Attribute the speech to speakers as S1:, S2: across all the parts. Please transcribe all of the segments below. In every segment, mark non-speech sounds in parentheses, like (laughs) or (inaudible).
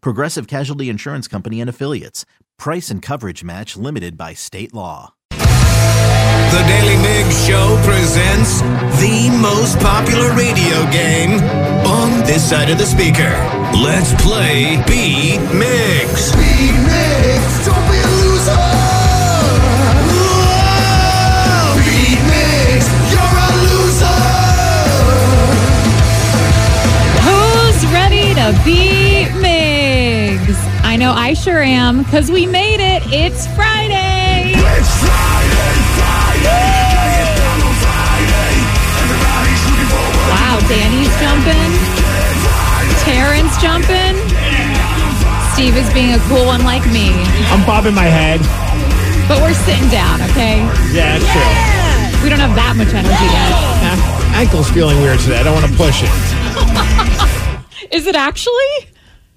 S1: Progressive Casualty Insurance Company and Affiliates. Price and coverage match limited by state law.
S2: The Daily Big Show presents the most popular radio game on this side of the speaker. Let's play B Mix. B Mix, don't be a loser. B Mix, you're a loser.
S3: Who's ready to beat Migs? I know I sure am, because we made it. It's Friday.
S2: It's Friday, Friday. Gotta get down on Friday. Everybody's looking forward.
S3: Wow, Danny's jumping. Terrence jumping. Steve is being a cool one like me.
S4: I'm bobbing my head.
S3: But we're sitting down, okay?
S4: Yeah, it's true.
S3: We don't have that much energy yet.
S4: Ah, ankle's feeling weird today. I don't want to push it.
S3: Is it actually?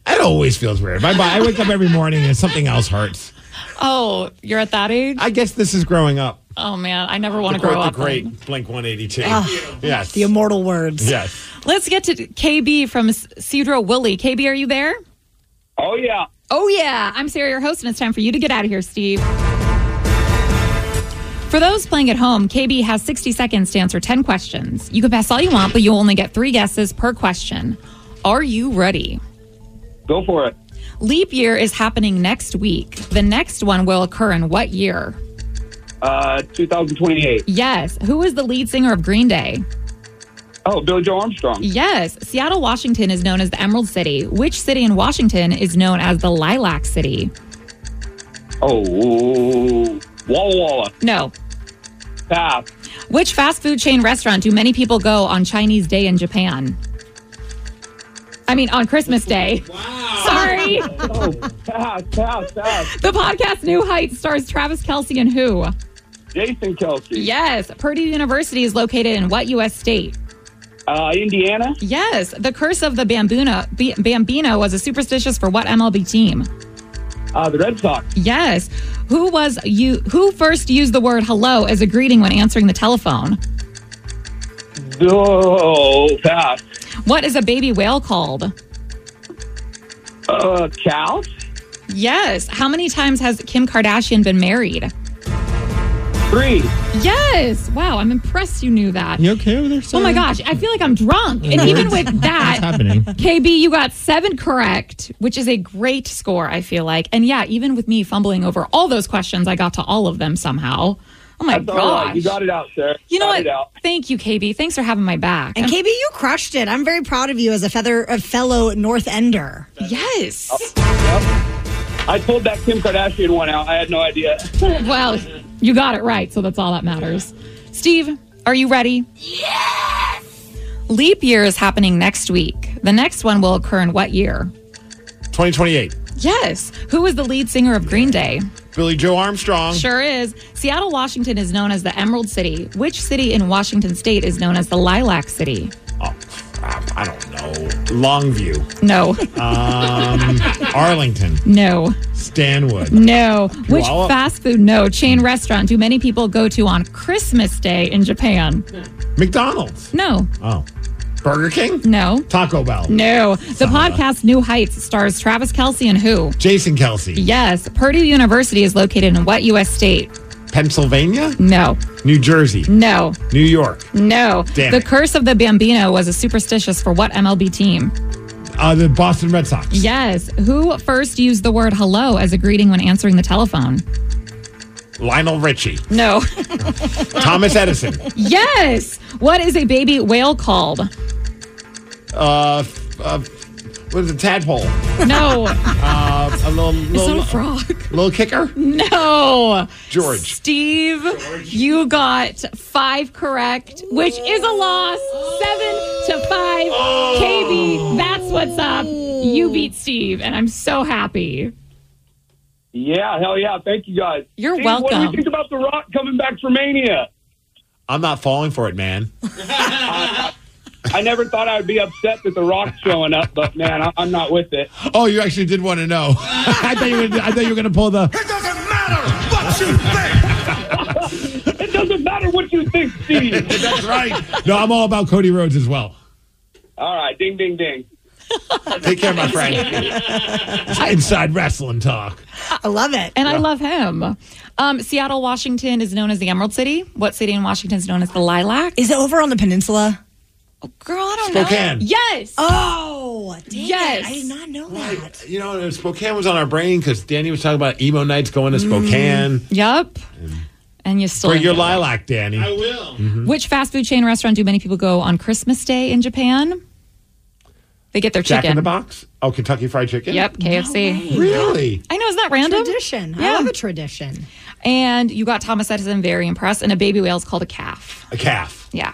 S4: It always feels weird. My body, I wake up every morning and something else hurts.
S3: Oh, you're at that age?
S4: I guess this is growing up.
S3: Oh, man. I never want to
S4: The
S3: grow up.
S4: the great Blink 182. yes.
S5: The immortal words.
S4: yes.
S3: Let's get to KB from S- Cedro Willie. KB, are you there?
S6: Oh yeah.
S3: Oh, yeah. I'm Sarah, your host, and it's time for you to get out of here, Steve. For those playing at home, KB has 60 seconds to answer 10 questions. You can pass all you want, but you'll only get three guesses per question. Are you ready?
S6: Go for it.
S3: Leap year is happening next week. The next one will occur in what year?
S6: Uh, 2028.
S3: Yes. Who is the lead singer of Green Day?
S6: Oh, Billy Joe Armstrong.
S3: Yes. Seattle, Washington is known as the Emerald City. Which city in Washington is known as the Lilac City?
S6: Oh, Walla Walla.
S3: No.
S6: Pass.
S3: Which fast food chain restaurant do many people go on Chinese Day in Japan? I mean, on Christmas Day. (laughs) Sorry.
S6: Oh, pass, pass, pass.
S3: the podcast New Heights stars Travis Kelsey and who?
S6: Jason Kelsey.
S3: Yes. Purdue University is located in what U.S. state?
S6: Uh, Indiana.
S3: Yes. The curse of the Bambino, B- Bambino was a superstitious for what MLB team?
S6: Uh, the Red Sox.
S3: Yes. Who was you? Who first used the word hello as a greeting when answering the telephone?
S6: Oh, pass.
S3: What is a baby whale called?
S6: Uh, Cal.
S3: Yes. How many times has Kim Kardashian been married?
S6: Three.
S3: Yes. Wow. I'm impressed you knew that.
S4: You okay over there,
S3: Oh
S4: Sarah?
S3: my gosh. I feel like I'm drunk. And even with that, (laughs)
S4: happening?
S3: KB, you got seven correct, which is a great score, I feel like. And yeah, even with me fumbling over all those questions, I got to all of them somehow. Oh my
S6: That's all
S3: gosh.
S6: right. You got it out, sir.
S3: You know
S6: got
S3: what?
S6: It out.
S3: Thank you, KB. Thanks for having my back.
S5: And KB, you crushed it. I'm very proud of you as a feather, a fellow North Ender.
S3: yes.
S6: I pulled that Kim Kardashian one out. I had no idea.
S3: Well, you got it right, so that's all that matters. Steve, are you ready? Yes! Leap year is happening next week. The next one will occur in what year?
S4: 2028.
S3: Yes. Who is the lead singer of Green Day?
S4: Billy Joe Armstrong.
S3: Sure is. Seattle, Washington is known as the Emerald City. Which city in Washington state is known as the Lilac City?
S4: Oh, crap, I don't know. Longview.
S3: (laughs) No,
S4: Arlington.
S3: no,
S4: Stanwood.
S3: no. Which
S4: Puyallup.
S3: fast food, no, chain restaurant do many people go to on Christmas Day in Japan?
S4: McDonald's.
S3: No,
S4: Oh. Burger King.
S3: no.
S4: Taco Bell.
S3: No. The podcast New Heights stars Travis Kelsey and who?
S4: Jason Kelsey.
S3: Yes. Purdue University is located in what U.S. state?
S4: Pennsylvania.
S3: No.
S4: New Jersey.
S3: No.
S4: New York.
S3: No.
S4: Damn
S3: the
S4: it.
S3: curse of the Bambino was a superstitious for what MLB team?
S4: Uh, the Boston Red Sox.
S3: Yes. Who first used the word hello as a greeting when answering the telephone?
S4: Lionel Richie.
S3: No.
S4: Thomas Edison.
S3: (laughs) yes. What is a baby whale called?
S4: Uh, uh, what is a tadpole?
S3: No.
S4: Uh, a little,
S3: It's
S4: little,
S3: not a Mm. frog. (laughs)
S4: little kicker?
S3: No.
S4: George.
S3: Steve, you got five correct, which is a loss. Seven to five.
S4: Oh.
S3: KB, that's what's up. You beat Steve, and I'm so happy.
S6: Yeah, hell yeah. Thank you guys.
S3: You're
S6: Steve, What do
S3: welcome.
S6: you think about The Rock coming back for Mania?
S4: I'm not falling for it, man.
S6: I never thought I'd be upset that The Rock's showing up, but man, I- I'm not with it.
S4: Oh, you actually did want to (laughs) know. I thought you were, I thought you were going to pull the.
S2: It doesn't matter what you think.
S6: It doesn't matter what you think,
S4: (laughs)
S6: Steve.
S4: That's right. No, I'm all about Cody Rhodes as well.
S6: All right, ding, ding, ding.
S4: Take care, my friend. (laughs) Inside wrestling talk.
S5: I love it.
S3: And I love him. Um, Seattle, Washington is known as the Emerald City. What city in Washington is known as the Lilac?
S5: Is it over on the peninsula?
S3: Girl, I don't
S4: Spokane.
S3: know. Yes.
S5: Oh, dang
S3: Yes.
S5: It. I did not know that.
S4: You know, uh, Spokane was on our brain because Danny was talking about emo nights going
S3: Mm.
S4: to Spokane.
S3: Yep. And you still.
S4: Bring your
S3: didn't get
S4: lilac, Danny.
S7: will.
S3: it. Which fast food chain restaurant do many people go on Christmas Day in Japan? They get their
S4: Jack
S3: chicken.
S4: in the Box. Oh, Kentucky Fried Chicken.
S3: Yep, KFC.
S4: Really?
S3: I know, isn't that random?
S5: Tradition. I
S3: Yeah.
S5: love a tradition.
S3: And you got Thomas Edison very impressed, and a baby whale is called a calf.
S4: A calf.
S3: Yeah.